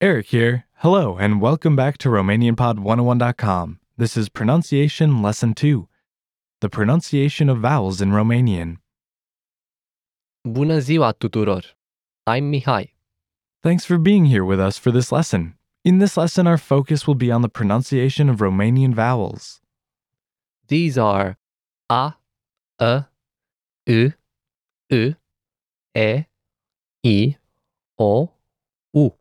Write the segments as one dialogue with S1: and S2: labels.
S1: Eric here. Hello, and welcome back to RomanianPod101.com. This is Pronunciation Lesson 2 The Pronunciation of Vowels in Romanian.
S2: Bună ziua tuturor! I'm Mihai.
S1: Thanks for being here with us for this lesson. In this lesson, our focus will be on the pronunciation of Romanian vowels.
S2: These are A, E, A, I, I, E, I, O, U.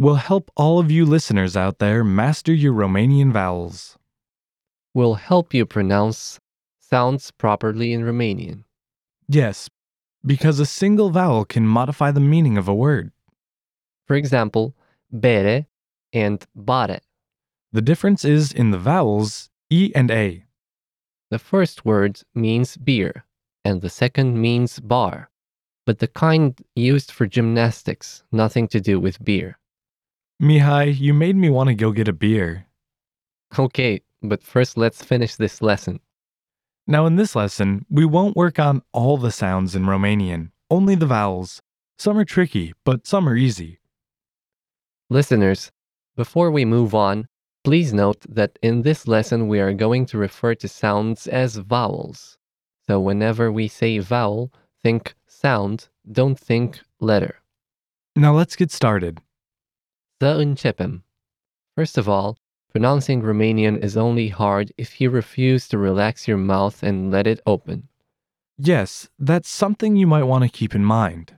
S1: We'll help all of you listeners out there master your Romanian vowels.
S2: Will help you pronounce sounds properly in Romanian.
S1: Yes, because a single vowel can modify the meaning of a word.
S2: For example, bere and bare.
S1: The difference is in the vowels E and A.
S2: The first word means beer, and the second means bar, but the kind used for gymnastics, nothing to do with beer.
S1: Mihai, you made me want to go get a beer.
S2: Okay, but first let's finish this lesson.
S1: Now, in this lesson, we won't work on all the sounds in Romanian, only the vowels. Some are tricky, but some are easy.
S2: Listeners, before we move on, please note that in this lesson we are going to refer to sounds as vowels. So whenever we say vowel, think sound, don't think letter.
S1: Now, let's get started.
S2: Să începem. First of all, pronouncing Romanian is only hard if you refuse to relax your mouth and let it open.
S1: Yes, that's something you might want to keep in mind.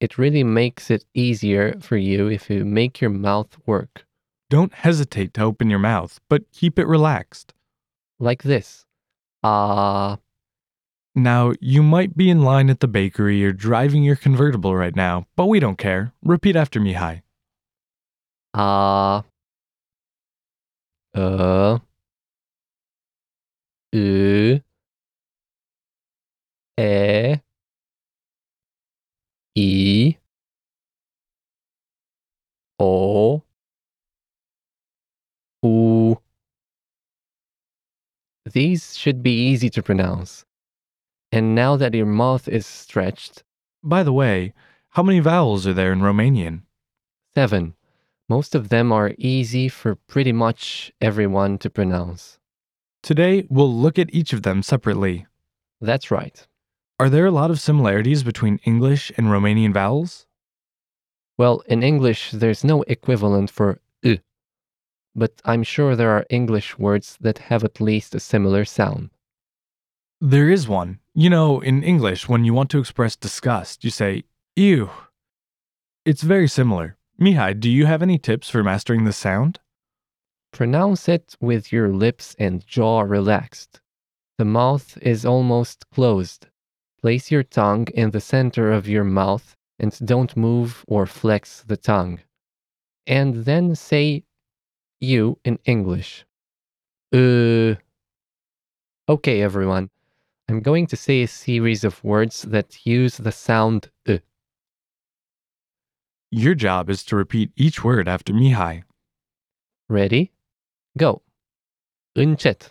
S2: It really makes it easier for you if you make your mouth work.
S1: Don't hesitate to open your mouth, but keep it relaxed.
S2: Like this. Ah.
S1: Now, you might be in line at the bakery or driving your convertible right now, but we don't care. Repeat after me, hi.
S2: A. E, Ö. Ö. Ä. E, I. O. U. These should be easy to pronounce. And now that your mouth is stretched,
S1: By the way, how many vowels are there in Romanian?
S2: 7. Most of them are easy for pretty much everyone to pronounce.
S1: Today, we'll look at each of them separately.
S2: That's right.
S1: Are there a lot of similarities between English and Romanian vowels?
S2: Well, in English, there's no equivalent for "ü," but I'm sure there are English words that have at least a similar sound.
S1: There is one. You know, in English, when you want to express disgust, you say, ew. It's very similar. Mihai, do you have any tips for mastering the sound?
S2: Pronounce it with your lips and jaw relaxed. The mouth is almost closed. Place your tongue in the center of your mouth and don't move or flex the tongue. And then say you in English. Uh. Okay, everyone. I'm going to say a series of words that use the sound uh.
S1: Your job is to repeat each word after Mihai.
S2: Ready? Go. Încet.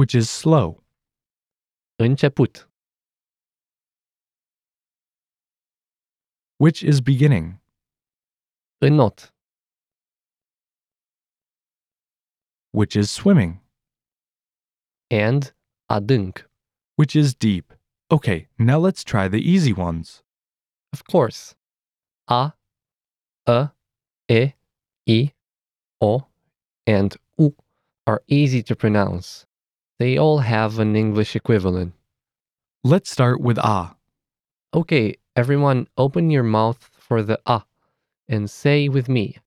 S1: which is slow,
S2: Început.
S1: which is beginning,
S2: Înot.
S1: which is swimming,
S2: And adânc.
S1: which is deep. Okay, now let's try the easy ones.
S2: Of course. A, Ă, E, I, O, and U are easy to pronounce. They all have an English equivalent.
S1: Let's start with ah.
S2: Okay, everyone, open your mouth for the A and say with me,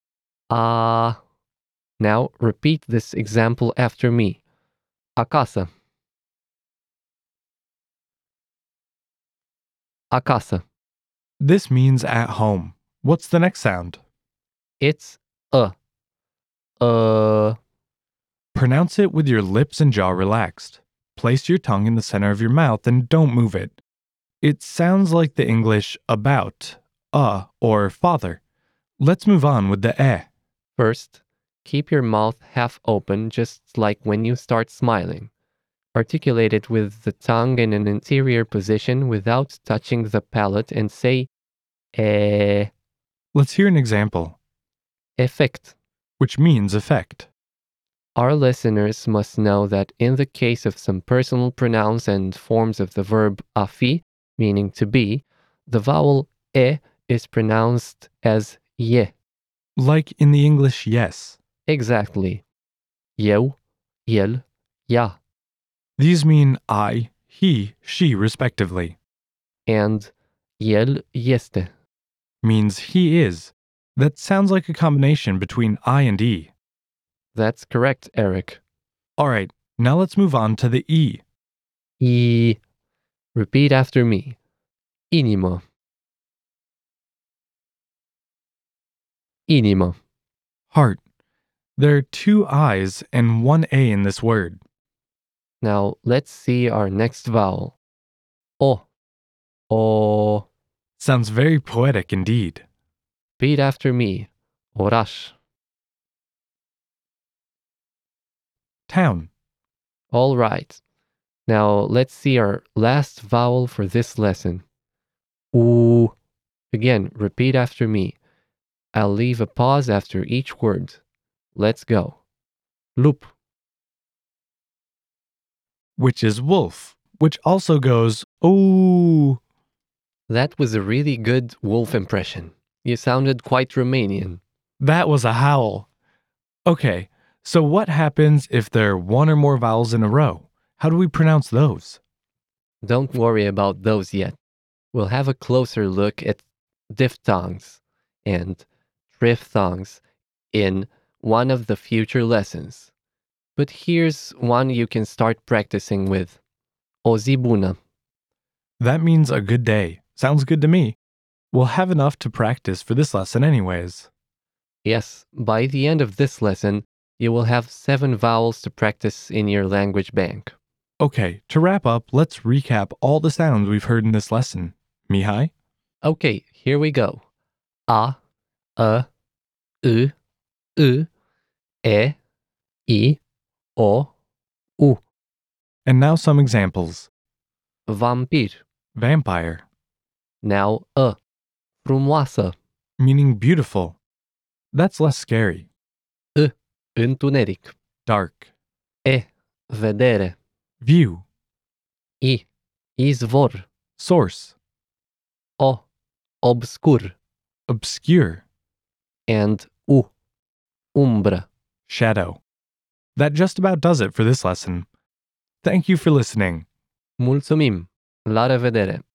S2: Ah. Now repeat this example after me. Acasă. Acasă.
S1: This means at home. What's the next sound?
S2: It's a. Uh,
S1: Pronounce it with your lips and jaw relaxed. Place your tongue in the center of your mouth and don't move it. It sounds like the English about, uh, or father. Let's move on with the eh.
S2: first, keep your mouth half open, just like when you start smiling. Articulate it with the tongue in an interior position without touching the palate and say Eh,
S1: Let's hear an example,
S2: effect.
S1: which means effect.
S2: Our listeners must know that in the case of some personal pronouns and forms of the verb afi, meaning to be, the vowel e is pronounced as ye.
S1: Like in the English yes.
S2: Exactly. Yeu, yel, ya,
S1: These mean I, he, she, respectively,
S2: and yel yeste.
S1: means he is. That sounds like a combination between I and E.
S2: That's correct, Eric.
S1: All right, now let's move on to the E.
S2: E. Repeat after me. Inimo. Inimo.
S1: Heart. There are two I's and one A in this word.
S2: Now let's see our next vowel. O. O.
S1: Sounds very poetic indeed.
S2: Repeat after me. Orash.
S1: Town.
S2: All right. Now let's see our last vowel for this lesson. U. Again, repeat after me. I'll leave a pause after each word. Let's go. Loop.
S1: which is wolf, which also goes ooh.
S2: That was a really good wolf impression. You sounded quite Romanian.
S1: That was a howl. Okay, so what happens if there are one or more vowels in a row? How do we pronounce those?
S2: Don't worry about those yet. We'll have a closer look at diphthongs and triphthongs in one of the future lessons. But here's one you can start practicing with. O zi bună.
S1: That means a good day. Sounds good to me. We'll have enough to practice for this lesson, anyways.
S2: Yes, by the end of this lesson, you will have seven vowels to practice in your language bank.
S1: Okay, to wrap up, let's recap all the sounds we've heard in this lesson. Mihai,
S2: Okay, here we go. A, a, u, u, e, i, o, u.
S1: and now some examples
S2: Vampir.
S1: vampire,
S2: Now a. Frumoasă.
S1: meaning beautiful. That's less scary.
S2: Întuneric.
S1: Dark,
S2: Vedere.
S1: view,
S2: I. Izvor.
S1: source,
S2: O. Obscur.
S1: obscure.
S2: And u. Umbră.
S1: shadow. That just about does it for this lesson. Thank you for listening.
S2: Mulțumim. La revedere.